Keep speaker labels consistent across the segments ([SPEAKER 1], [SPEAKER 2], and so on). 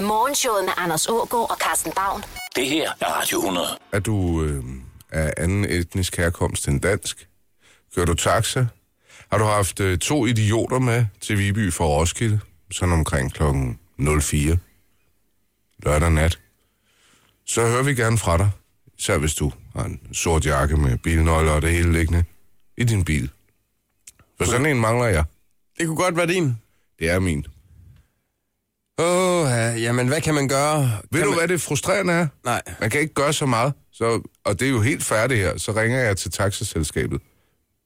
[SPEAKER 1] Morgenshowet med Anders Ågaard og Carsten Baum.
[SPEAKER 2] Det her er Radio 100.
[SPEAKER 3] Er du øh, af anden etnisk herkomst end dansk? Kører du taxa? Har du haft øh, to idioter med til Viby fra Roskilde? Sådan omkring klokken 04. Lørdag nat. Så hører vi gerne fra dig. Især hvis du har en sort jakke med bilnøgler og det hele liggende i din bil. For sådan en mangler jeg.
[SPEAKER 4] Det kunne godt være din.
[SPEAKER 3] Det er min.
[SPEAKER 4] Åh, oh, jamen hvad kan man gøre?
[SPEAKER 3] Ved
[SPEAKER 4] kan
[SPEAKER 3] du,
[SPEAKER 4] man...
[SPEAKER 3] hvad det frustrerende er?
[SPEAKER 4] Nej.
[SPEAKER 3] Man kan ikke gøre så meget. Så, og det er jo helt færdigt her. Så ringer jeg til taxaselskabet.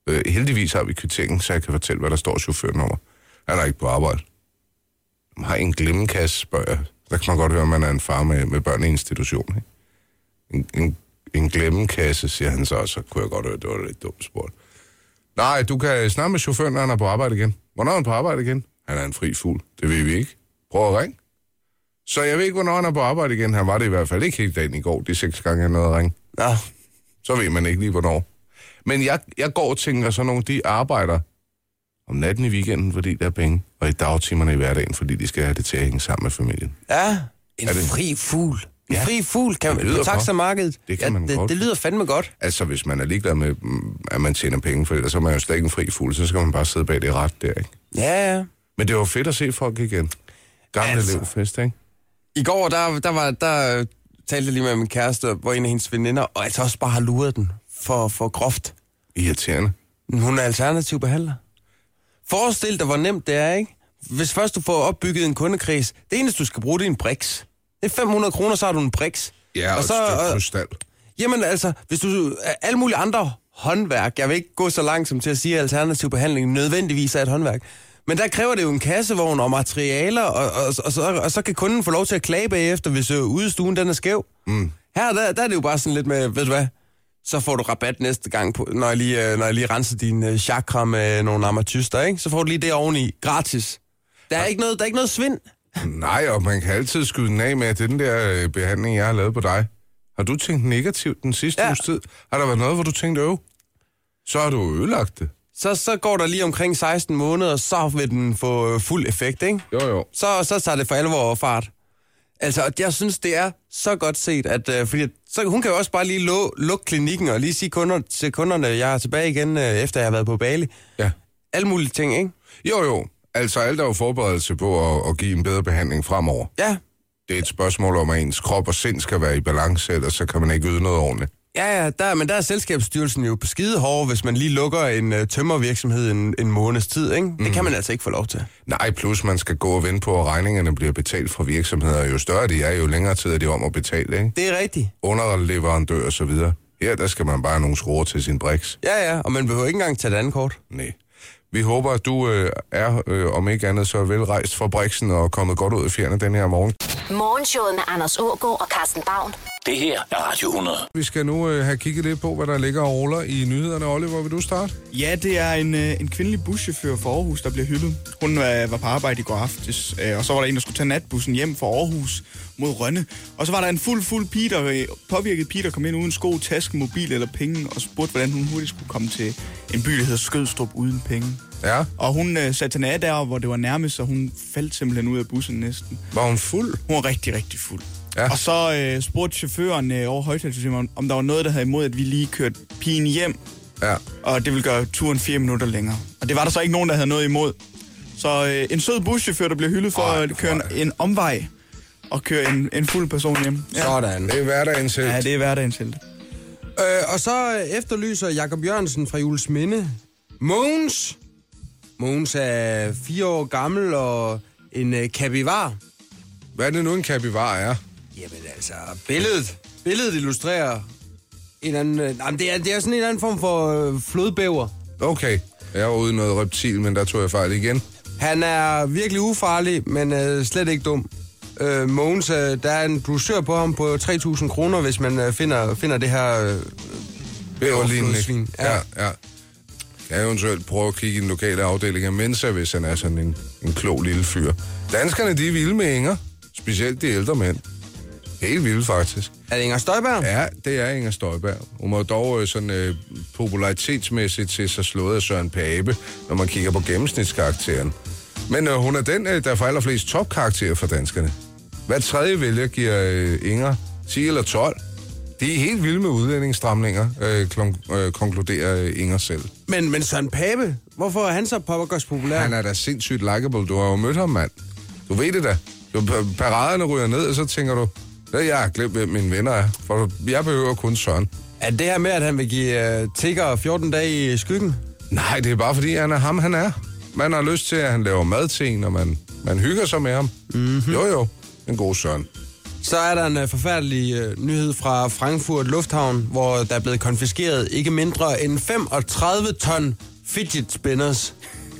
[SPEAKER 3] Øh, heldigvis har vi kvitteringen, så jeg kan fortælle, hvad der står chaufføren over. Han er ikke på arbejde. Man har I en glemmekasse, spørger jeg. Der kan man godt høre, at man er en far med, med børn i institution. Ikke? En, en, en glemmekasse, siger han så, og så kunne jeg godt høre, det var lidt dumt spurgt. Nej, du kan snakke med chaufføren, når han er på arbejde igen. Hvornår er han på arbejde igen? Han er en fri fugl. Det ved vi ikke. Prøv at ringe. Så jeg ved ikke, hvornår han er på arbejde igen. Han var det i hvert fald ikke hele dagen i går, de seks gange, han nåede at ringe.
[SPEAKER 4] Nå.
[SPEAKER 3] Så ved man ikke lige, hvornår. Men jeg, jeg går og tænker, sådan nogle, de arbejder om natten i weekenden, fordi der er penge, og i dagtimerne i hverdagen, fordi de skal have det til at hænge sammen med familien.
[SPEAKER 4] Ja, en
[SPEAKER 3] Er det-
[SPEAKER 4] fri fugl. En
[SPEAKER 3] Ja.
[SPEAKER 4] fri fugl kan
[SPEAKER 3] Det
[SPEAKER 4] man,
[SPEAKER 3] lyder
[SPEAKER 4] på taxamarkedet.
[SPEAKER 3] Det kan man
[SPEAKER 4] det,
[SPEAKER 3] godt.
[SPEAKER 4] det lyder fandme godt.
[SPEAKER 3] Altså, hvis man er ligeglad med, mm, at man tjener penge, for ellers er man jo slet ikke en fri fugl, så skal man bare sidde bag det ret der, ikke?
[SPEAKER 4] Ja, ja.
[SPEAKER 3] Men det var fedt at se folk igen. Gamle altså.
[SPEAKER 4] Altså.
[SPEAKER 3] elevfest, ikke?
[SPEAKER 4] I går, der, der, var, der øh, talte jeg lige med min kæreste, hvor en af hendes veninder, og altså også bare har luret den for, for groft.
[SPEAKER 3] Irriterende.
[SPEAKER 4] Men Hun er alternativ behandler. Forestil dig, hvor nemt det er, ikke? Hvis først du får opbygget en kundekreds, det eneste, du skal bruge, det er en briks. Det er 500 kroner, så har du en briks.
[SPEAKER 3] Ja, og, og
[SPEAKER 4] så,
[SPEAKER 3] et stykke
[SPEAKER 4] og,
[SPEAKER 3] krystal.
[SPEAKER 4] jamen altså, hvis du... Alle mulige andre håndværk, jeg vil ikke gå så langt som til at sige, at alternativ behandling nødvendigvis er et håndværk, men der kræver det jo en kassevogn og materialer, og, og, og, så, og så kan kunden få lov til at klage bagefter, hvis øh, udestuen den er skæv. Mm. Her der, der er det jo bare sådan lidt med, ved du hvad, så får du rabat næste gang, på, når, jeg lige, øh, når jeg lige renser dine øh, chakra med nogle amatyster, ikke? Så får du lige det oveni, gratis. Der er, ikke noget, der er ikke noget svind.
[SPEAKER 3] Nej, og man kan altid skyde den af med, at den der øh, behandling, jeg har lavet på dig, har du tænkt negativt den sidste ja.
[SPEAKER 4] Ja.
[SPEAKER 3] uges tid? Har der været noget, hvor du tænkte, øv, så har du ødelagt det.
[SPEAKER 4] Så, så går der lige omkring 16 måneder, så vil den få øh, fuld effekt, ikke?
[SPEAKER 3] Jo, jo.
[SPEAKER 4] så, så tager det for alvor over fart. Altså, og jeg synes, det er så godt set, at, øh, fordi at- så, hun kan jo også bare lige lå, lukke klinikken og lige sige kunder, til kunderne, jeg er tilbage igen, øh, efter jeg har været på Bali.
[SPEAKER 3] Ja.
[SPEAKER 4] Alle mulige ting, ikke?
[SPEAKER 3] Jo, jo. Altså, alt er jo forberedelse på at, at give en bedre behandling fremover.
[SPEAKER 4] Ja,
[SPEAKER 3] Det er et spørgsmål om, at ens krop og sind skal være i balance, ellers så kan man ikke yde noget ordentligt.
[SPEAKER 4] ja, ja der, men der er Selskabsstyrelsen jo på skide hårde, hvis man lige lukker en øh, tømmervirksomhed en, en måneds tid, ikke? Det kan man altså ikke få lov til.
[SPEAKER 3] Nej, plus man skal gå og vente på, at regningerne bliver betalt fra virksomheder. Jo større de er, jo længere tid er de om at betale, ikke?
[SPEAKER 4] Det er rigtigt.
[SPEAKER 3] Underleverandør og så videre. Her, der skal man bare have nogle skruer til sin briks.
[SPEAKER 4] Ja, ja, og man behøver ikke engang tage et andet kort.
[SPEAKER 3] Nej. Vi håber, at du øh, er, øh, om ikke andet, så velrejst fra Brixen og kommet godt ud af fjerne den her morgen.
[SPEAKER 1] Morgenshowet med Anders Ågaard og Carsten Baum.
[SPEAKER 2] Det her er Radio 100.
[SPEAKER 3] Vi skal nu øh, have kigget lidt på, hvad der ligger og ruller i nyhederne. Oliver, vil du starte?
[SPEAKER 5] Ja, det er en, øh, en kvindelig buschauffør fra Aarhus, der bliver hyldet. Hun øh, var på arbejde i går aftes, øh, og så var der en, der skulle tage natbussen hjem fra Aarhus mod Rønne. Og så var der en fuld, fuld pige, der øh, påvirket pige, der kom ind uden sko, taske, mobil eller penge, og spurgte, hvordan hun hurtigt skulle komme til en by, der hedder Skødstrup, uden penge.
[SPEAKER 3] Ja.
[SPEAKER 5] Og hun øh, satte hende af der, hvor det var nærmest, og hun faldt simpelthen ud af bussen næsten.
[SPEAKER 3] Var hun fuld?
[SPEAKER 5] Hun var rigtig, rigtig fuld.
[SPEAKER 3] Ja.
[SPEAKER 5] Ja. Og så øh, spurgte chaufføren øh, over højtalsystemet, om- om der var noget, der havde imod, at vi lige kørte pigen hjem
[SPEAKER 3] Ja.
[SPEAKER 5] og det ville gøre turen fire minutter længere. Og det var der så ikke nogen, der havde noget imod. Så øh, en sød buschauffør, der blev hyldet for
[SPEAKER 3] Ej,
[SPEAKER 5] at køre en, en omvej og køre en, en fuld person hjem.
[SPEAKER 4] Ja. Sådan.
[SPEAKER 3] Det er hverdagen selv.
[SPEAKER 5] Ja, det er hverdagen til det.
[SPEAKER 4] Øh, og så øh, efterlyser Jakob Jørgensen fra Jules Minde. Mogens. Mogens er fire år gammel og en øh, kapivar.
[SPEAKER 3] Hvad er det nu, en capybara er?
[SPEAKER 4] Jamen altså, billedet, billedet illustrerer en anden... Øh, jamen, det, er, det er sådan en anden form for øh, flodbæver.
[SPEAKER 3] Okay. Jeg var ude i noget reptil, men der tog jeg fejl igen.
[SPEAKER 4] Han er virkelig ufarlig, men øh, slet ikke dum. Øh, Mogens, øh, der er en brusør på ham på 3.000 kroner, hvis man øh, finder, finder det her... Øh,
[SPEAKER 3] Bæverlignende.
[SPEAKER 4] Overflodssvin, ja.
[SPEAKER 3] ja. ja. Jeg eventuelt prøve at kigge i den lokale afdeling af Mensa, hvis han er sådan en, en klog lille fyr. Danskerne, de er vilde med Inger. Specielt de ældre mænd. Helt vilde, faktisk.
[SPEAKER 4] er det Inger Støjberg?
[SPEAKER 3] Ja, det er Inger Støjberg. Hun må dog øh, sådan øh, popularitetsmæssigt til sig slået af Søren Pape, når man kigger på gennemsnitskarakteren. Men øh, hun er den, øh, der får allerflest topkarakterer for danskerne. Hver tredje vælger giver øh, Inger 10 eller 12. De er helt vilde med udlændingsstramninger, øh, klon- øh, konkluderer øh, Inger selv.
[SPEAKER 4] Men, men Søren Pape, hvorfor er han så poppers populær?
[SPEAKER 3] Han er da sindssygt likable. Du har jo mødt ham, mand. Du ved det da. Du, pa- paraderne ryger ned, og så tænker du, "Ja, jeg har glemt, hvem mine venner er, for jeg behøver kun Søren.
[SPEAKER 4] Er det her med, at han vil give uh, tigger 14 dage i skyggen?
[SPEAKER 3] Nej, det er bare fordi, han er ham, han er. Man har lyst til, at han laver mad til en, og man, man hygger sig med ham. Mm-hmm. Jo, jo. En god søn.
[SPEAKER 4] Så er der en uh, forfærdelig uh, nyhed fra Frankfurt Lufthavn, hvor der er blevet konfiskeret ikke mindre end 35 ton fidget spinners.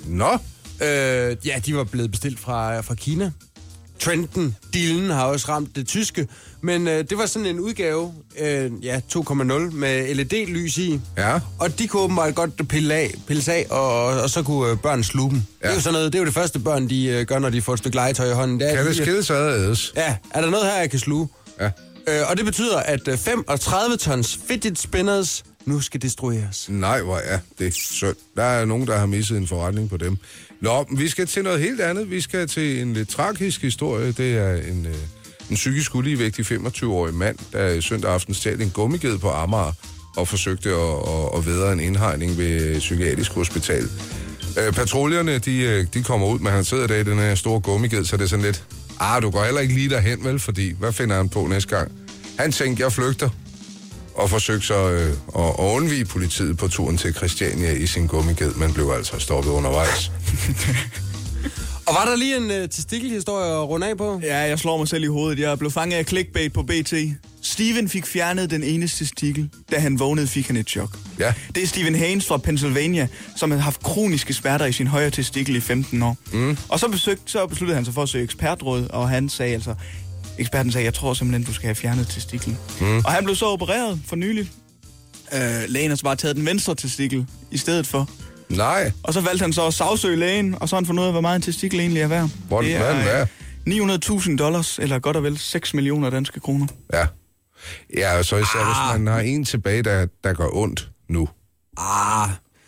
[SPEAKER 3] Nå,
[SPEAKER 4] Øh, ja, de var blevet bestilt fra, fra Kina. Trenden, dealen har også ramt det tyske. Men øh, det var sådan en udgave, øh, ja, 2.0, med LED-lys i.
[SPEAKER 3] Ja.
[SPEAKER 4] Og de kunne åbenbart godt pille af, pilles af, og, og, og så kunne øh, børn sluge dem. Ja. Det er jo sådan noget, det er jo det første børn, de øh, gør, når de får et stykke legetøj i hånden. Det er, øh,
[SPEAKER 3] kan det
[SPEAKER 4] lige-
[SPEAKER 3] skilles ad og ædes?
[SPEAKER 4] Ja, er der noget her, jeg kan sluge?
[SPEAKER 3] Ja.
[SPEAKER 4] Øh, og det betyder, at øh, 35 tons fidget spinners nu skal destrueres.
[SPEAKER 3] Nej, hvor er det synd. Der er nogen, der har misset en forretning på dem. Nå, men vi skal til noget helt andet. Vi skal til en lidt tragisk historie. Det er en, øh, en psykisk uligevægtig 25-årig mand, der øh, søndag aften stjal en gummiged på Amager og forsøgte at, at, at vædre en indhegning ved øh, Psykiatrisk Hospital. Øh, patruljerne, de, øh, de kommer ud, men han sidder der i den her store gummiged, så det er sådan lidt, ah, du går heller ikke lige derhen, vel, fordi hvad finder han på næste gang? Han tænkte, jeg flygter og forsøgte så øh, at at undvige politiet på turen til Christiania i sin gummiged, men blev altså stoppet undervejs.
[SPEAKER 4] Og var der lige en øh, testikkelhistorie at runde af på?
[SPEAKER 5] Ja, jeg slår mig selv i hovedet. Jeg blev fanget af clickbait på BT. Steven fik fjernet den ene testikel. Da han vågnede, fik han et chok.
[SPEAKER 3] Ja.
[SPEAKER 5] Det er Steven Haynes fra Pennsylvania, som havde haft kroniske smerter i sin højre testikel i 15 år. Mm. Og så, besøgte, så besluttede han sig for at søge ekspertråd, og han sagde altså... Eksperten sagde, jeg tror simpelthen, du skal have fjernet testiklen. Mm. Og han blev så opereret for nylig. Øh, lægen har så bare taget den venstre testikel i stedet for.
[SPEAKER 3] Nej,
[SPEAKER 5] Og så valgte han så at sagsøge lægen, og så har han fundet ud af, hvor meget en testikel egentlig er værd.
[SPEAKER 3] Hvor er den- hvad er den værd?
[SPEAKER 5] øh, 900.000 dollars, eller godt og vel 6 millioner danske kroner.
[SPEAKER 3] ja. Ja, og så især, hvis man har en tilbage, der, der gør ondt nu.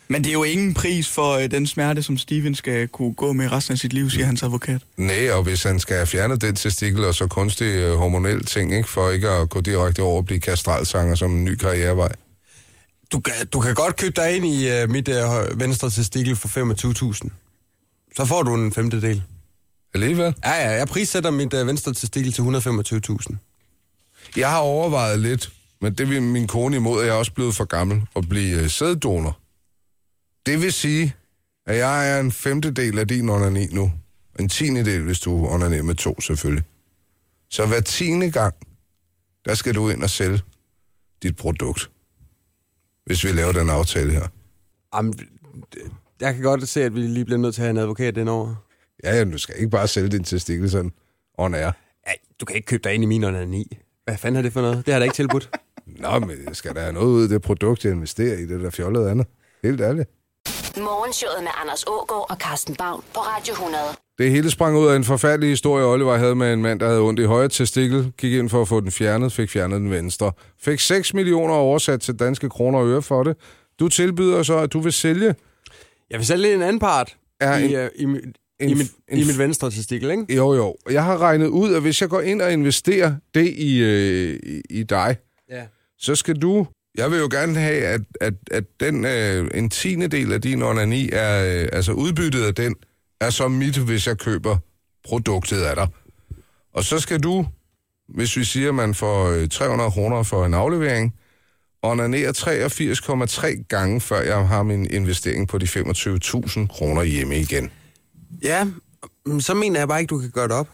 [SPEAKER 5] Men det er jo ingen pris for øh, den smerte, som Steven skal kunne gå med resten af sit liv,
[SPEAKER 3] Mm.
[SPEAKER 5] siger hans advokat.
[SPEAKER 3] Nej, og hvis han skal have fjernet den testikel og så kunstig øh, hormonel ting, ikke, for ikke at gå direkte over og blive kastralsanger som en ny karrierevej.
[SPEAKER 4] Du, kan- du kan godt købe dig ind i øh, mit øh, hø- venstre testikel for 25.000. Så får du en femtedel.
[SPEAKER 3] Alligevel.
[SPEAKER 4] Ja, ja, jeg prissætter mit øh, venstre testikel til 125.000.
[SPEAKER 3] Jeg har overvejet lidt, men det vil min kone imod, at jeg er også blevet for gammel at blive øh, sæddonor. Det vil sige, at jeg er en femtedel af din onani nu. En tiende del, hvis du onanerer med to, selvfølgelig. Så hver tiende gang, der skal du ind og sælge dit produkt. Hvis vi laver den aftale her.
[SPEAKER 4] Jamen, det- jeg kan godt se, at vi lige bliver nødt til at have en advokat den over.
[SPEAKER 3] Ja, ja, men du skal ikke bare sælge din testikel sådan on air.
[SPEAKER 4] Ja, du kan ikke købe dig ind i min onani. Hvad fanden er det for noget? Det har der ikke tilbudt.
[SPEAKER 3] Nå, men jeg skal der have noget ud af det produkt, jeg investerer i, det der fjollede andet. Helt ærligt.
[SPEAKER 1] Morgenshowet med Anders Ågaard og Carsten Baum på Radio 100.
[SPEAKER 3] Det hele sprang ud af en forfærdelig historie, Oliver havde med en mand, der havde ondt i højre testikel, gik ind for at få den fjernet, fik fjernet den venstre. Fik 6 millioner oversat til danske kroner og øre for det. Du tilbyder så, at du vil sælge.
[SPEAKER 4] Jeg vil sælge en anden part
[SPEAKER 3] Ja,
[SPEAKER 4] ja, i,
[SPEAKER 3] en-
[SPEAKER 4] øh, i, mit-
[SPEAKER 3] en
[SPEAKER 4] i, mit,
[SPEAKER 3] f- en
[SPEAKER 4] i
[SPEAKER 3] f-
[SPEAKER 4] mit venstre testikel, ikke?
[SPEAKER 3] Jo, jo. Jeg har regnet ud, at hvis jeg går ind og investerer det i, øh, i, i dig,
[SPEAKER 4] Ja.
[SPEAKER 3] så skal du... Jeg vil jo gerne have, at, at, at den, øh, en tiende del af din onani, er, øh, altså udbyttet af den, er så mit, hvis jeg køber produktet af dig. Og så skal du, hvis vi siger, at man får øh, 300 kroner for en aflevering, onanere 83,3 gange, før jeg har min investering på de 25.000 kroner hjemme igen.
[SPEAKER 4] Ja, men så mener jeg bare ikke, du kan gøre det op.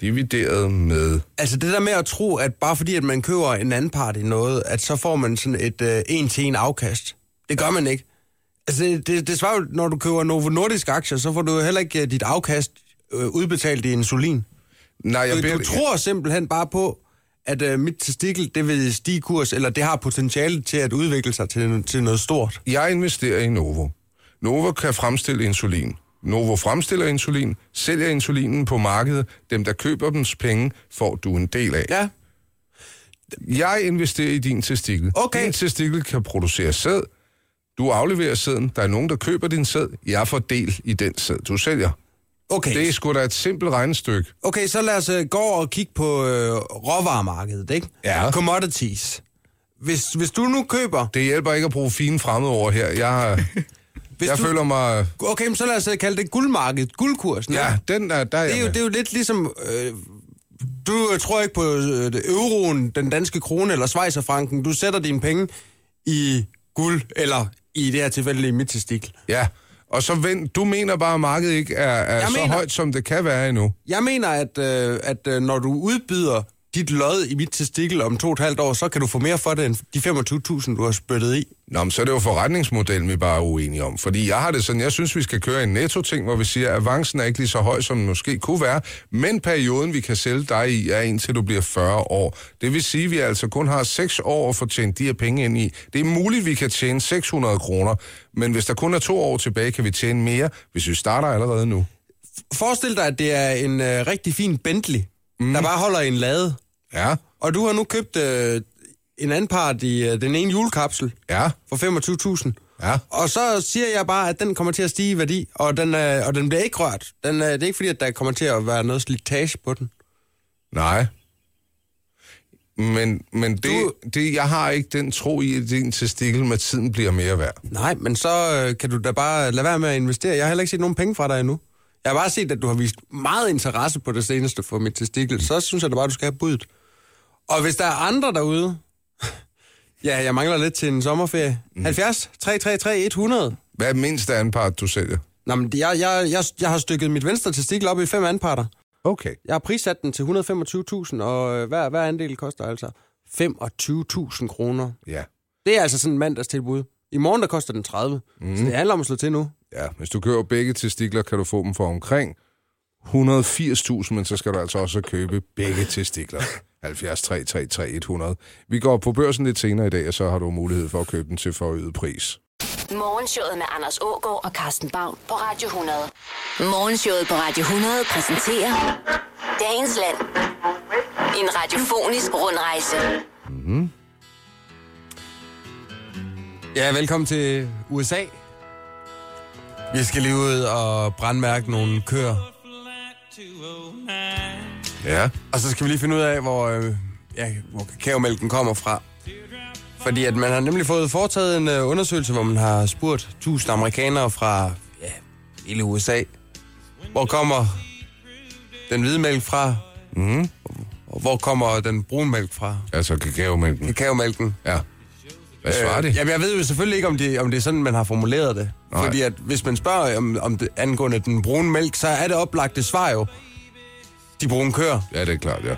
[SPEAKER 3] Divideret med...
[SPEAKER 4] Altså det der med at tro, at bare fordi at man køber en anden part i noget, at så får man sådan et øh, en til en afkast. Det gør man ikke. Altså det, det, det svarer jo, når du køber Novo Nordisk aktier, så får du jo heller ikke øh, dit afkast øh, udbetalt i insulin.
[SPEAKER 3] Nej, jeg
[SPEAKER 4] Jeg
[SPEAKER 3] beder-
[SPEAKER 4] Øh, du tror simpelthen bare på, at øh, mit testikel, det vil stige kurs, eller det har potentiale til at udvikle sig til, til noget stort.
[SPEAKER 3] Jeg investerer i Novo. Novo kan fremstille insulin. Novo fremstiller insulin, sælger insulinen på markedet. Dem, der køber dems penge, får du en del af.
[SPEAKER 4] Ja.
[SPEAKER 3] Jeg investerer i din testikel.
[SPEAKER 4] Okay.
[SPEAKER 3] Din testikel kan producere sæd. Du afleverer sæden. Der er nogen, der køber din sæd. Jeg får del i den sæd, du sælger.
[SPEAKER 4] Okay,
[SPEAKER 3] Det er sgu da et simpelt regnestykke.
[SPEAKER 4] okay så lad os øh, gå over og kigge på øh, råvaremarkedet, ikke?
[SPEAKER 3] Ja.
[SPEAKER 4] Commodities. Hvis, hvis du nu køber...
[SPEAKER 3] Det hjælper ikke at bruge fine fremmedord her. Jeg,
[SPEAKER 4] Hvis
[SPEAKER 3] jeg
[SPEAKER 4] du,
[SPEAKER 3] føler mig...
[SPEAKER 4] Okay, men så lad os øh, kalde det guldmarkedet, guldkursen. ikke?
[SPEAKER 3] Ja, den er, der er
[SPEAKER 4] det er,
[SPEAKER 3] jeg
[SPEAKER 4] jo,
[SPEAKER 3] med.
[SPEAKER 4] det er jo lidt ligesom... Øh, du øh, tror ikke på øh, det- euroen, den danske krone eller schweizerfranken. Du sætter dine penge i guld, eller i det her tilfælde i mit testikel.
[SPEAKER 3] Ja, og så vent, du mener bare, at markedet ikke er, er
[SPEAKER 4] Jeg
[SPEAKER 3] så
[SPEAKER 4] mener-
[SPEAKER 3] mener... højt, som det kan være endnu.
[SPEAKER 4] Jeg mener, at, øh, at øh, når du udbyder dit lod i mit testikel om to og et halvt år, så kan du få mere for det end de 25.000, du har spyttet i.
[SPEAKER 3] Nå, men så er det jo forretningsmodellen, vi bare er uenige om. Fordi jeg har det sådan, jeg synes, vi skal køre en netto-ting, hvor vi siger, at avancen er ikke lige så høj, som den måske kunne være, men perioden, vi kan sælge dig i, er indtil du bliver 40 år. Det vil sige, at vi altså kun har 6 år at få tjent de her penge ind i. Det er muligt, at vi kan tjene 600 kroner, men hvis der kun er to år tilbage, kan vi tjene mere, hvis vi starter allerede nu.
[SPEAKER 4] Forestil dig, at det er en øh, rigtig fin Bentley, mm. der bare holder i en lade.
[SPEAKER 3] Ja,
[SPEAKER 4] Og du har nu købt øh, en anden part i øh, den ene julekapsel
[SPEAKER 3] ja,
[SPEAKER 4] for 25.000.
[SPEAKER 3] ja.
[SPEAKER 4] Og så siger jeg bare, at den kommer til at stige i værdi, og den, øh, og den bliver ikke rørt. Den, øh, det er ikke fordi, at der kommer til at være noget slitage på den.
[SPEAKER 3] Nej. Men, men det,
[SPEAKER 4] Du-
[SPEAKER 3] det, jeg har ikke den tro i, at din testikel med tiden bliver mere værd.
[SPEAKER 4] Nej, men så øh, kan du da bare lade være med at investere. Jeg har heller ikke set nogen penge fra dig endnu. Jeg har bare set, at du har vist meget interesse på det seneste for mit testikel. Så synes jeg da bare, at du skal have budet. Og hvis der er andre derude... ja, jeg mangler lidt til en sommerferie. Mm. 70 333 100.
[SPEAKER 3] Hvad er mindst af anpart, du sælger?
[SPEAKER 4] Nå, men jeg, jeg, jeg, jeg har stykket mit venstre testikel op i fem anparter.
[SPEAKER 3] Okay.
[SPEAKER 4] Jeg har prissat den til 125.000, og øh, hver, hver andel koster altså 25.000 kroner.
[SPEAKER 3] Ja.
[SPEAKER 4] Det er altså sådan en mandagstilbud. I morgen, der koster den 30. Mm. Så det handler om at slå til nu.
[SPEAKER 3] ja. Hvis du køber begge testikler, kan du få dem for omkring 180.000, men så skal du altså også købe begge testikler. 70 3, 3, 3, 100. Vi går på børsen lidt senere i dag, og så har du mulighed for at købe den til forøget pris.
[SPEAKER 1] Morgenshowet med Anders Ågaard og Carsten Baum på Radio 100. Morgenshowet på Radio 100 præsenterer Dagens Land. En radiofonisk rundrejse.
[SPEAKER 4] Ja, velkommen til USA. Vi skal lige ud og brandmærke nogle køer.
[SPEAKER 3] Ja.
[SPEAKER 4] Og så skal vi lige finde ud af, hvor, øh, ja, hvor kakaomælken kommer fra. Fordi at man har nemlig fået foretaget en øh, undersøgelse, hvor man har spurgt 1000 amerikanere fra ja, hele USA, hvor kommer den hvide mælk fra, mm. og hvor kommer den brune mælk fra,
[SPEAKER 3] Altså kakaomælken.
[SPEAKER 4] kakaomælken.
[SPEAKER 3] Ja. Hvad svarer det?
[SPEAKER 4] Øh, jamen, jeg ved jo selvfølgelig ikke, om det, om det er sådan, man har formuleret det.
[SPEAKER 3] Nej.
[SPEAKER 4] Fordi at hvis man spørger om, om det, angående den brune mælk, så er det oplagte svar jo, de brune køer.
[SPEAKER 3] Ja, det er klart, ja.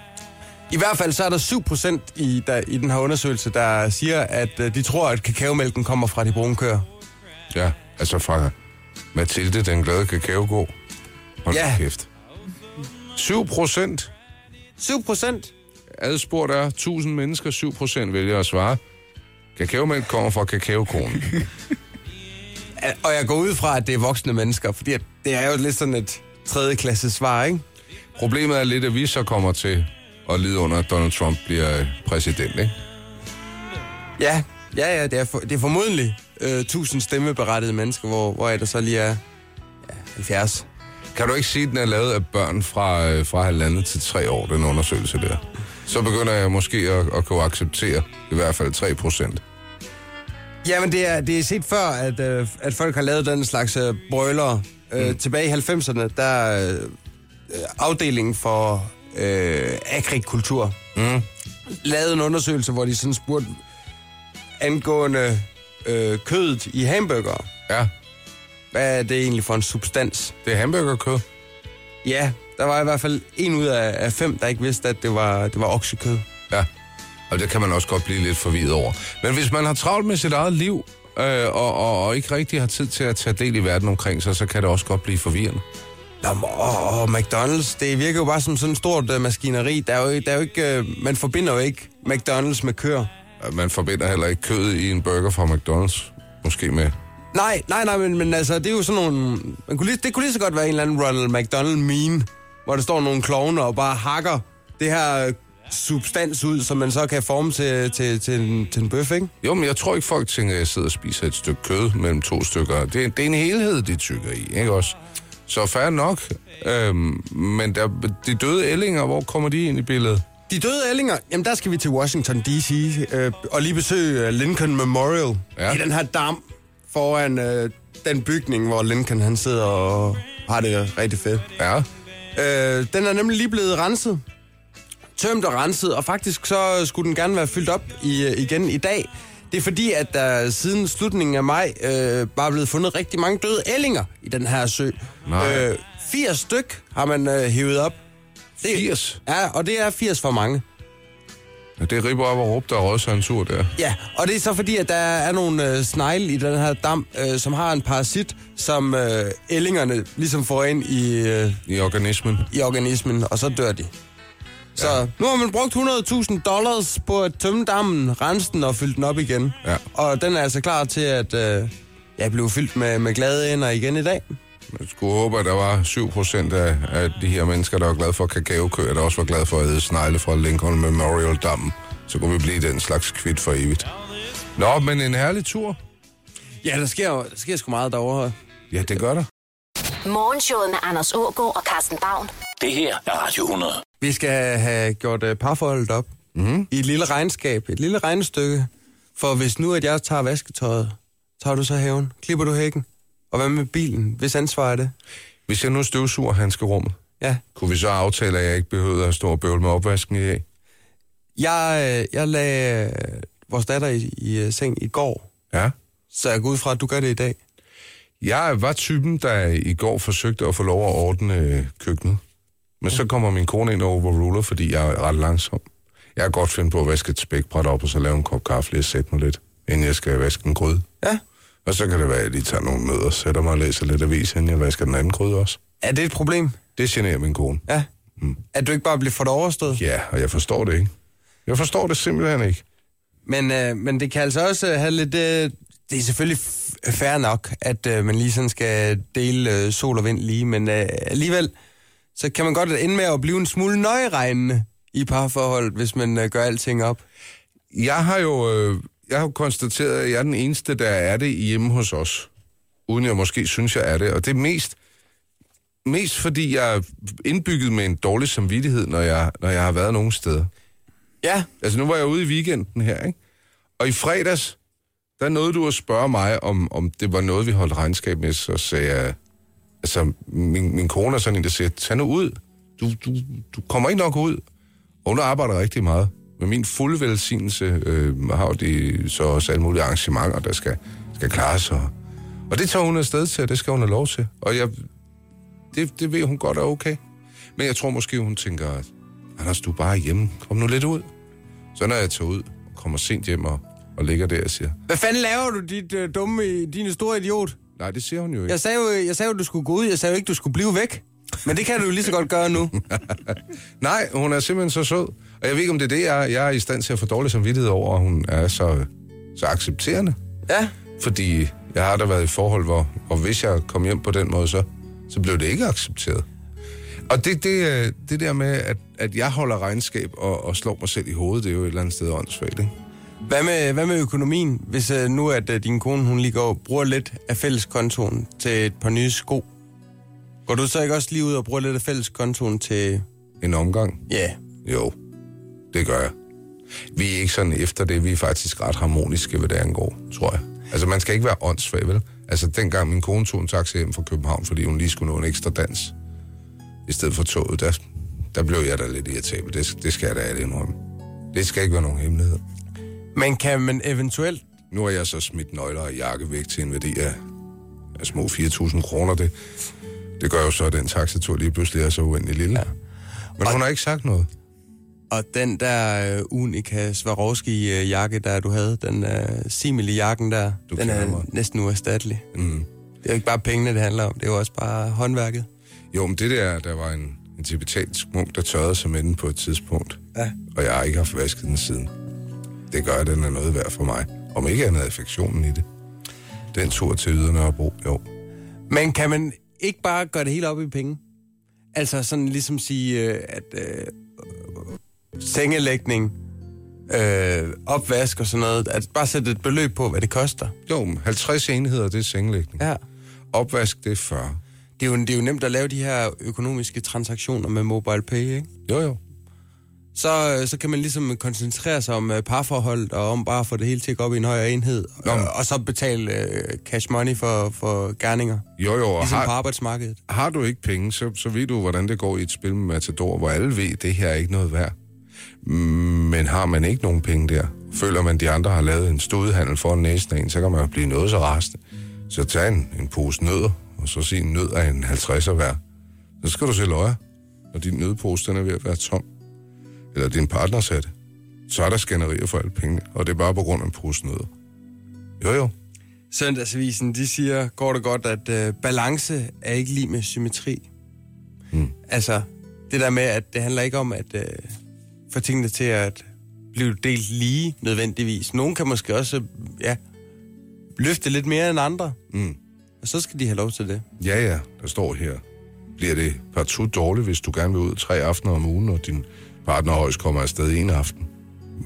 [SPEAKER 4] I hvert fald så er der 7% i, der, i den her undersøgelse, der siger, at øh, de tror, at kakaomælken kommer fra de brune køer.
[SPEAKER 3] Ja, altså fra Mathilde, den glade kakaogå. Hold
[SPEAKER 4] Ja.
[SPEAKER 3] ja. kæft. 7 procent
[SPEAKER 4] 7%?
[SPEAKER 3] adspurgt er 1000 mennesker, 7 procent vælger at svare. Kakaomælk kommer fra kakaokonen.
[SPEAKER 4] Al- Og jeg går ud fra, at det er voksne mennesker, fordi at det er jo lidt sådan et tredje klasse svar, ikke?
[SPEAKER 3] Problemet er lidt, at vi så kommer til at lide under, at Donald Trump bliver øh, præsident, ikke?
[SPEAKER 4] Ja, ja, ja det, er for, det er formodentlig øh, 1000 stemmeberettigede mennesker, hvor, hvor er der så lige er ja, 70.
[SPEAKER 3] Kan du ikke sige, at den er lavet af børn fra, øh, fra halvandet til tre år, den undersøgelse der? Så begynder jeg måske at, at kunne acceptere i hvert fald 3 procent.
[SPEAKER 4] Jamen, det er, det er set før, at, øh, at folk har lavet den slags øh, brøler. Øh, Tilbage i 90'erne, der øh, afdelingen for øh, agrikultur mm. lavede en undersøgelse, hvor de sådan spurgte angående øh, kødet i hamburger.
[SPEAKER 3] Ja,
[SPEAKER 4] Hvad er det egentlig for en substans?
[SPEAKER 3] det er hamburgerkød.
[SPEAKER 4] Ja, der var i hvert fald en ud af, af fem, der ikke vidste, at det var, det var oksekød.
[SPEAKER 3] Ja, og det kan man også godt blive lidt forvirret over. Men hvis man har travlt med sit eget liv, øh, og, og, og ikke rigtig har tid til at tage del i verden omkring sig, så kan det også godt blive forvirrende.
[SPEAKER 4] Nå, men, åh, åh, McDonald's, det virker jo bare som sådan et stort øh, maskineri. Der er jo, der er jo ikke, øh, man forbinder jo ikke McDonald's med køer.
[SPEAKER 3] Øh, Man forbinder heller ikke kød i en burger fra McDonald's. Måske med...
[SPEAKER 4] Nej, nej, nej, men, men altså, det er jo sådan nogle... Man kunne lige, det kunne lige så godt være en eller anden Ronald McDonald-meme, hvor der står nogle klovner og bare hakker det her øh, substans ud, som man så kan forme til, til, til, en, til en bøf, ikke?
[SPEAKER 3] Jo, men jeg tror ikke, folk tænker, at jeg sidder og spiser et stykke kød mellem to stykker. Det, er- det er en helhed, de tykker i, ikke også? Så fair nok. Øhm, men der, de døde ællinger, hvor kommer de ind i billedet?
[SPEAKER 4] De døde ællinger, jamen der skal vi til Washington D.C. Øh, og lige besøge øh, Lincoln Memorial.
[SPEAKER 3] Ja.
[SPEAKER 4] Ja. I den her dam foran øh, den bygning, hvor Lincoln han sidder og har det rigtig fedt.
[SPEAKER 3] Ja.
[SPEAKER 4] Øh, den er nemlig lige blevet renset. Tømt og renset, og faktisk så skulle den gerne være fyldt op i, øh, igen i dag. Det er fordi, at der siden slutningen af maj øh, bare er blevet fundet rigtig mange døde ællinger i den her sø.
[SPEAKER 3] Nej.
[SPEAKER 4] 80 styk har man øh, hævet op. Det,
[SPEAKER 3] 80?
[SPEAKER 4] Ja, og det er 80 for mange.
[SPEAKER 3] Ja, Det er Ribber op og Rup, der har også en tur der.
[SPEAKER 4] Ja, og det er så fordi, at der er nogle øh, snegle i den her dam, øh, som har en parasit, som øh, ællingerne ligesom får ind i, øh,
[SPEAKER 3] I organismen.
[SPEAKER 4] i organismen, og så dør de. Så nu har man brugt 100.000 dollars på at tømme dammen, rense den og fylde den op igen.
[SPEAKER 3] Ja.
[SPEAKER 4] Og den er altså klar til at øh, ja, blive fyldt med, med glade ender igen i dag.
[SPEAKER 3] Jeg skulle håbe, at der var 7% af, af de her mennesker, der var glade for kakaokøer, der også var glade for at æde snegle fra Lincoln Memorial Dammen. Så kunne vi blive den slags kvidt for evigt. Nå, men en herlig tur.
[SPEAKER 4] Ja, der sker, jo- der sker sgu meget derovre.
[SPEAKER 3] Ja, det gør der.
[SPEAKER 1] Morgenshowet med Anders Ågaard og Carsten Baum.
[SPEAKER 2] Det her er Radio 100.
[SPEAKER 4] Vi skal have gjort øh, parforholdet op mm. i et lille regnskab, et lille regnestykke. For hvis nu, at jeg tager vasketøjet, tager du så haven, klipper du hækken, og hvad med bilen? Hvis ansvar er det?
[SPEAKER 3] Hvis jeg nu støvsuger handskerummet,
[SPEAKER 4] Ja.
[SPEAKER 3] kunne vi så aftale, at jeg ikke behøvede at stå og bøvle med opvasken i dag?
[SPEAKER 4] Jeg, øh, jeg lagde øh, vores datter i, i øh, seng i går,
[SPEAKER 3] Ja.
[SPEAKER 4] så jeg går ud fra, at du gør det i dag.
[SPEAKER 3] Jeg var typen, der i går forsøgte at få lov at ordne øh, køkkenet. Men så kommer min kone ind og overruler, fordi jeg er ret langsom. Jeg kan godt finde på at vaske et spækbræt op, og så lave en kop kaffe lige og sætte mig lidt, inden jeg skal vaske en gryde.
[SPEAKER 4] Ja.
[SPEAKER 3] Og så kan det være, at jeg lige tager nogle nødder, sætter mig og læser lidt avis, inden jeg vasker den anden gryde også.
[SPEAKER 4] Er det et problem?
[SPEAKER 3] Det generer min kone.
[SPEAKER 4] Ja. Mm. At du ikke bare bliver for det overstået.
[SPEAKER 3] Ja, og jeg forstår det ikke. Jeg forstår det simpelthen ikke.
[SPEAKER 4] Men, øh, men det kan altså også øh, have lidt... Øh, det er selvfølgelig f- fair nok, at øh, man lige sådan skal dele øh, sol og vind lige, men øh, alligevel, så kan man godt ende med at blive en smule nøjeregnende i parforhold, hvis man øh, gør alting op.
[SPEAKER 3] jeg har jo øh, jeg har jo konstateret, at jeg er den eneste, der er det hjemme hos os. Uden jeg måske synes, jeg er det. Og det er mest, mest fordi jeg er indbygget med en dårlig samvittighed, når jeg, når jeg har været nogen steder.
[SPEAKER 4] Ja.
[SPEAKER 3] Altså, nu var jeg ude i weekenden her, ikke? Og i fredags, der nåede du at spørge mig, om, om det var noget, vi holdt regnskab med. Så sagde jeg... Altså, min, min kone er sådan en, der siger, tag nu ud. Du, du, du kommer ikke nok ud. Og hun arbejder rigtig meget. Med min fulde velsignelse øh, har de så også alle mulige arrangementer, der skal, skal klares. Og, og det tager hun afsted til, og det skal hun have lov til. Og jeg, det, det ved hun godt er okay. Men jeg tror måske, hun tænker, at Anders, du er bare hjemme. Kom nu lidt ud. Så når jeg tager ud, kommer sent hjem og, og ligger der og siger,
[SPEAKER 4] Hvad fanden laver du, dit øh, dumme, din store idiot?
[SPEAKER 3] nej, det siger hun jo ikke.
[SPEAKER 4] Jeg sagde, jo, jeg sagde jo, du skulle gå ud, jeg sagde jo ikke, du skulle blive væk. Men det kan du jo lige så godt gøre nu.
[SPEAKER 3] Nej, hun er simpelthen så sød. Og jeg ved ikke, om det er det, jeg, jeg er i stand til at få dårlig samvittighed over, at hun er så, så accepterende.
[SPEAKER 4] Ja.
[SPEAKER 3] Fordi jeg har da været i forhold, hvor og hvis jeg kom hjem på den måde, så, så blev det ikke accepteret. Og det, det, øh, det der med, at, at jeg holder regnskab og, og slår mig selv i hovedet, det er jo et eller andet sted åndssvagt, ikke?
[SPEAKER 4] Hvad med, hvad med økonomien, hvis øh, nu at øh, din kone hun lige går og bruger lidt af fælleskontoen til et par nye sko? Går du så ikke også lige ud og bruger lidt af fælleskontoen til...
[SPEAKER 3] En omgang.
[SPEAKER 4] Ja. Yeah.
[SPEAKER 3] Jo, det gør jeg. Vi er ikke sådan efter det. Vi er faktisk ret harmoniske, hvad det angår, tror jeg. Altså, man skal ikke være åndssvag, vel? Altså, dengang min kone tog en taxa hjem fra København, fordi hun lige skulle nå en ekstra dans, i stedet for toget, der, der blev jeg da lidt irritabel. Det, det skal jeg da alle indrømme. Det skal ikke være nogen hemmelighed.
[SPEAKER 4] Men kan man eventuelt...
[SPEAKER 3] Nu har jeg så smidt nøgler og jakke væk til en værdi af, af små 4.000 kroner. Det, det gør jo så, at den taxatur lige pludselig er så uendelig lille. Ja. Men hun har ikke sagt noget.
[SPEAKER 4] Og den der øh, unika Swarovski-jakke, der du havde, den øh, simili-jakken der,
[SPEAKER 3] Du
[SPEAKER 4] den
[SPEAKER 3] kender
[SPEAKER 4] er
[SPEAKER 3] mig.
[SPEAKER 4] næsten uerstattelig. Mm. Det er jo ikke bare pengene, det handler om. Det er jo også bare håndværket.
[SPEAKER 3] Jo, men det der, der var en, en tibetansk munk, der tørrede sig med den på et tidspunkt.
[SPEAKER 4] Ja.
[SPEAKER 3] Og jeg har ikke haft vasket den siden. Det gør, at den er noget værd for mig. Om ikke andet affektionen i det. Den tur til Ydre Nørrebro, jo.
[SPEAKER 4] Men kan man ikke bare gøre det hele op i penge? Altså sådan ligesom sige, øh, at øh, sengelægning, øh, opvask og sådan noget, at bare sætte et beløb på, hvad det koster.
[SPEAKER 3] Jo, men 50 enheder, det er sengelægning.
[SPEAKER 4] Ja.
[SPEAKER 3] Opvask, det er 40.
[SPEAKER 4] Det er, jo, det er jo nemt at lave de her økonomiske transaktioner med mobile pay, ikke?
[SPEAKER 3] Jo, jo.
[SPEAKER 4] Så, øh, så kan man ligesom koncentrere sig om øh, parforholdet og om bare at få det hele til at gå op i en højere enhed.
[SPEAKER 3] Nå, men-
[SPEAKER 4] Øh, og så betale øh, cash money for, for gerninger.
[SPEAKER 3] Jo, jo, og
[SPEAKER 4] Ligesom på
[SPEAKER 3] har,
[SPEAKER 4] arbejdsmarkedet.
[SPEAKER 3] har du ikke penge, så, så ved du, hvordan det går i et spil med Matador, hvor alle ved, det her er ikke noget værd. Men har man ikke nogen penge der, føler man, de andre har lavet en stodhandel for næsten af en, så kan man jo blive noget så rasende. Så tag en, en pose nødder, og så sig en nød af en 50'er værd. Så skal du se løjer, når din nødpose den er ved at være tom. Eller din partner sagde det. Så er der skænderier for alle pengene, og det er bare på grund af en pose nødder. Jo jo,
[SPEAKER 4] Søndagsavisen, de siger, går det godt, at øh, balance er ikke lige med symmetri. Mm. Altså, det der med, at det handler ikke om at øh, få tingene til at blive delt lige nødvendigvis. Nogen kan måske også øh, ja, løfte lidt mere end andre.
[SPEAKER 3] Mm.
[SPEAKER 4] Og så skal de have lov til det.
[SPEAKER 3] Ja, ja, der står her. Bliver det partout dårligt, hvis du gerne vil ud tre aftener om ugen, og din partner højst kommer afsted en aften?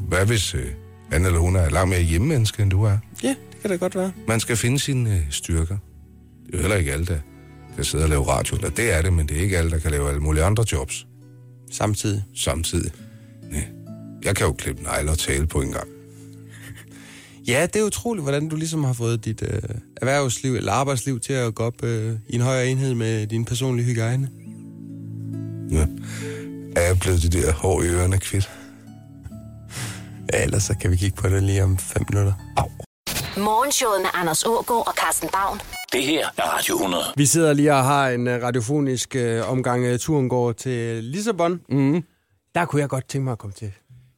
[SPEAKER 3] Hvad hvis øh, han eller hun er langt mere hjemmemenneske, end du er?
[SPEAKER 4] Ja, det kan da godt være.
[SPEAKER 3] Man skal finde sine øh, styrker. Det er jo heller ikke alle, der kan sidde og lave radio. Eller det er det, men det er ikke alle, der kan lave alle mulige andre jobs
[SPEAKER 4] Samtidig.
[SPEAKER 3] samtidig. Næ. Jeg kan jo klippe negler og tale på en gang.
[SPEAKER 4] Ja, det er utroligt, hvordan du ligesom har fået dit øh, erhvervsliv eller arbejdsliv til at gå op øh, i en højere enhed med din personlige hygiejne.
[SPEAKER 3] Ja. Er jeg blevet de der hår i ørerne kvidt?
[SPEAKER 4] Ja, ellers så kan vi kigge på det lige om fem minutter. Au.
[SPEAKER 1] Morgenshowet med Anders Ågaard og Carsten Baum.
[SPEAKER 2] Det her er Radio 100.
[SPEAKER 6] Vi sidder lige og har en øh, radiofonisk øh, omgang. Øh, turen går til Lissabon. Mm. Der kunne jeg godt tænke mig at komme til.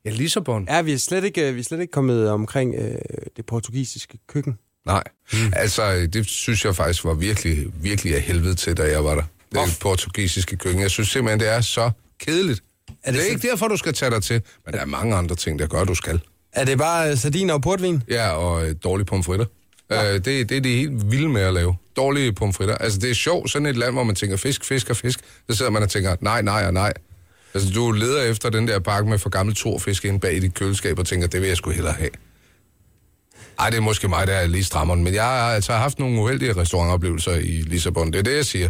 [SPEAKER 3] Ja, Lissabon.
[SPEAKER 6] Ja, vi er slet ikke, øh, vi er slet ikke kommet omkring øh, det portugisiske køkken.
[SPEAKER 3] Nej. Mm. Altså, øh, det synes jeg faktisk var virkelig, virkelig af helvede til, da jeg var der. Det er portugisiske køkken. Jeg synes simpelthen, det er så kedeligt. Er det, det er ikke derfor, du skal tage dig til, men der er mange andre ting, der gør, du skal.
[SPEAKER 4] Er det bare øh, sardiner og portvin?
[SPEAKER 3] Ja, og øh, dårlige pomfritter. Øh, det, det er de helt vilde med at lave. Dårlige pomfritter. Altså, det er sjovt, sådan et land, hvor man tænker fisk, fisk og fisk. Så sidder man og tænker, nej, nej og nej. Altså, du leder efter den der pakke med for gammel torfisk inde bag i dit køleskab og tænker, det vil jeg sgu hellere have. Ej, det er måske mig, der er lige strammeren, men jeg har altså haft nogle uheldige restaurantoplevelser i Lissabon. Det er det, jeg siger.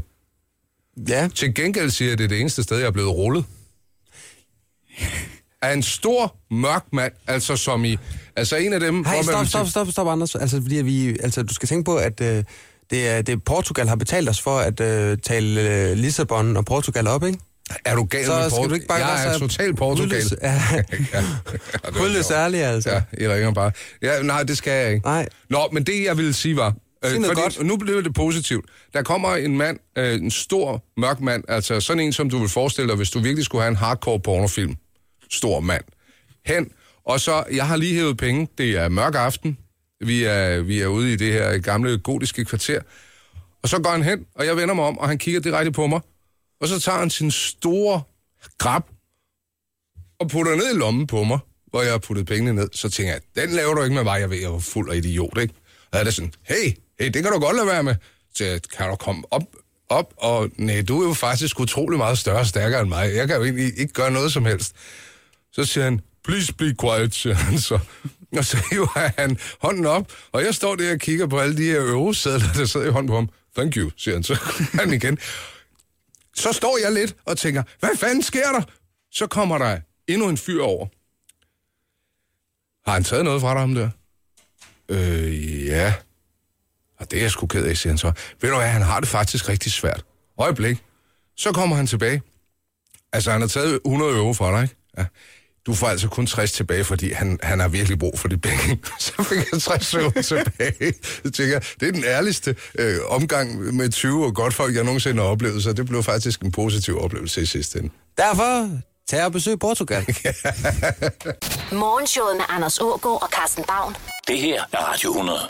[SPEAKER 4] Ja.
[SPEAKER 3] Til gengæld siger jeg, at det er det eneste sted, jeg er blevet rullet. Af en stor, mørk mand, altså som i... Altså en af dem... hvor
[SPEAKER 4] Hej,
[SPEAKER 3] man
[SPEAKER 4] stop,
[SPEAKER 3] vil sige-
[SPEAKER 4] stop, stop, stop, Anders. Altså, fordi at vi, altså, du skal tænke på, at øh, det, er, det er Portugal har betalt os for at øh, tale øh, Lissabon og Portugal op, ikke?
[SPEAKER 3] Er du gal
[SPEAKER 4] Så
[SPEAKER 3] med
[SPEAKER 4] skal
[SPEAKER 3] Portugal?
[SPEAKER 4] du ikke bare være
[SPEAKER 3] jeg er
[SPEAKER 4] så
[SPEAKER 3] totalt Portugal.
[SPEAKER 4] hudløs-
[SPEAKER 3] ja.
[SPEAKER 4] Ja.
[SPEAKER 3] det var
[SPEAKER 4] Hudløs
[SPEAKER 3] sjovt.
[SPEAKER 4] ærlig, altså.
[SPEAKER 3] Ja, I ringer bare. Ja, nej, det skal jeg ikke.
[SPEAKER 4] Nej.
[SPEAKER 3] Nå, men det jeg ville sige var... Øh,
[SPEAKER 4] Sig noget godt.
[SPEAKER 3] Nu blev det positivt. Der kommer en mand, øh, en stor, mørk mand, altså sådan en, som du vil forestille dig, hvis du virkelig skulle have en hardcore pornofilm. Stor mand. Hen. Og så, jeg har lige hævet penge. Det er mørk aften. Vi er, vi er ude i det her gamle gotiske kvarter. Og så går han hen, og jeg vender mig om, og han kigger direkte på mig. Og så tager han sin store grab og putter ned i lommen på mig, hvor jeg har puttet pengene ned. Så tænker jeg, den laver du ikke med mig. Jeg ved, jeg var fuld og idiot, ikke? Og jeg er sådan, hey, hey, det kan du godt lade være med. Så jeg, kan du komme op, op? Og nej, du er jo faktisk utrolig meget større og stærkere end mig. Jeg kan jo egentlig ikke gøre noget som helst. Så siger han, please be quiet, siger han så. Og så hiver han hånden op, og jeg står der og kigger på alle de her eurosedler, der sidder i hånden på ham. Thank you, siger han så. han igen. Så står jeg lidt og tænker, hvad fanden sker der? Så kommer der endnu en fyr over. Har han taget noget fra dig, ham der? Øh, ja. Og det er jeg sgu ked af, siger han så. Ved du hvad, han har det faktisk rigtig svært. Øjeblik. Så kommer han tilbage. Altså, han har taget 100 euro fra dig, ikke? Ja. Du får altså kun 60 tilbage, fordi han, han har virkelig brug for de penge. Så fik jeg 60 euro tilbage. Så tænker jeg, det er den ærligste øh, omgang med 20 og godt folk, jeg nogensinde har oplevet, så det blev faktisk en positiv oplevelse i sidste ende.
[SPEAKER 4] Derfor tag og besøg Portugal.
[SPEAKER 1] Morgenshowet med Anders Ågaard og Carsten Baum.
[SPEAKER 2] Det her er Radio 100.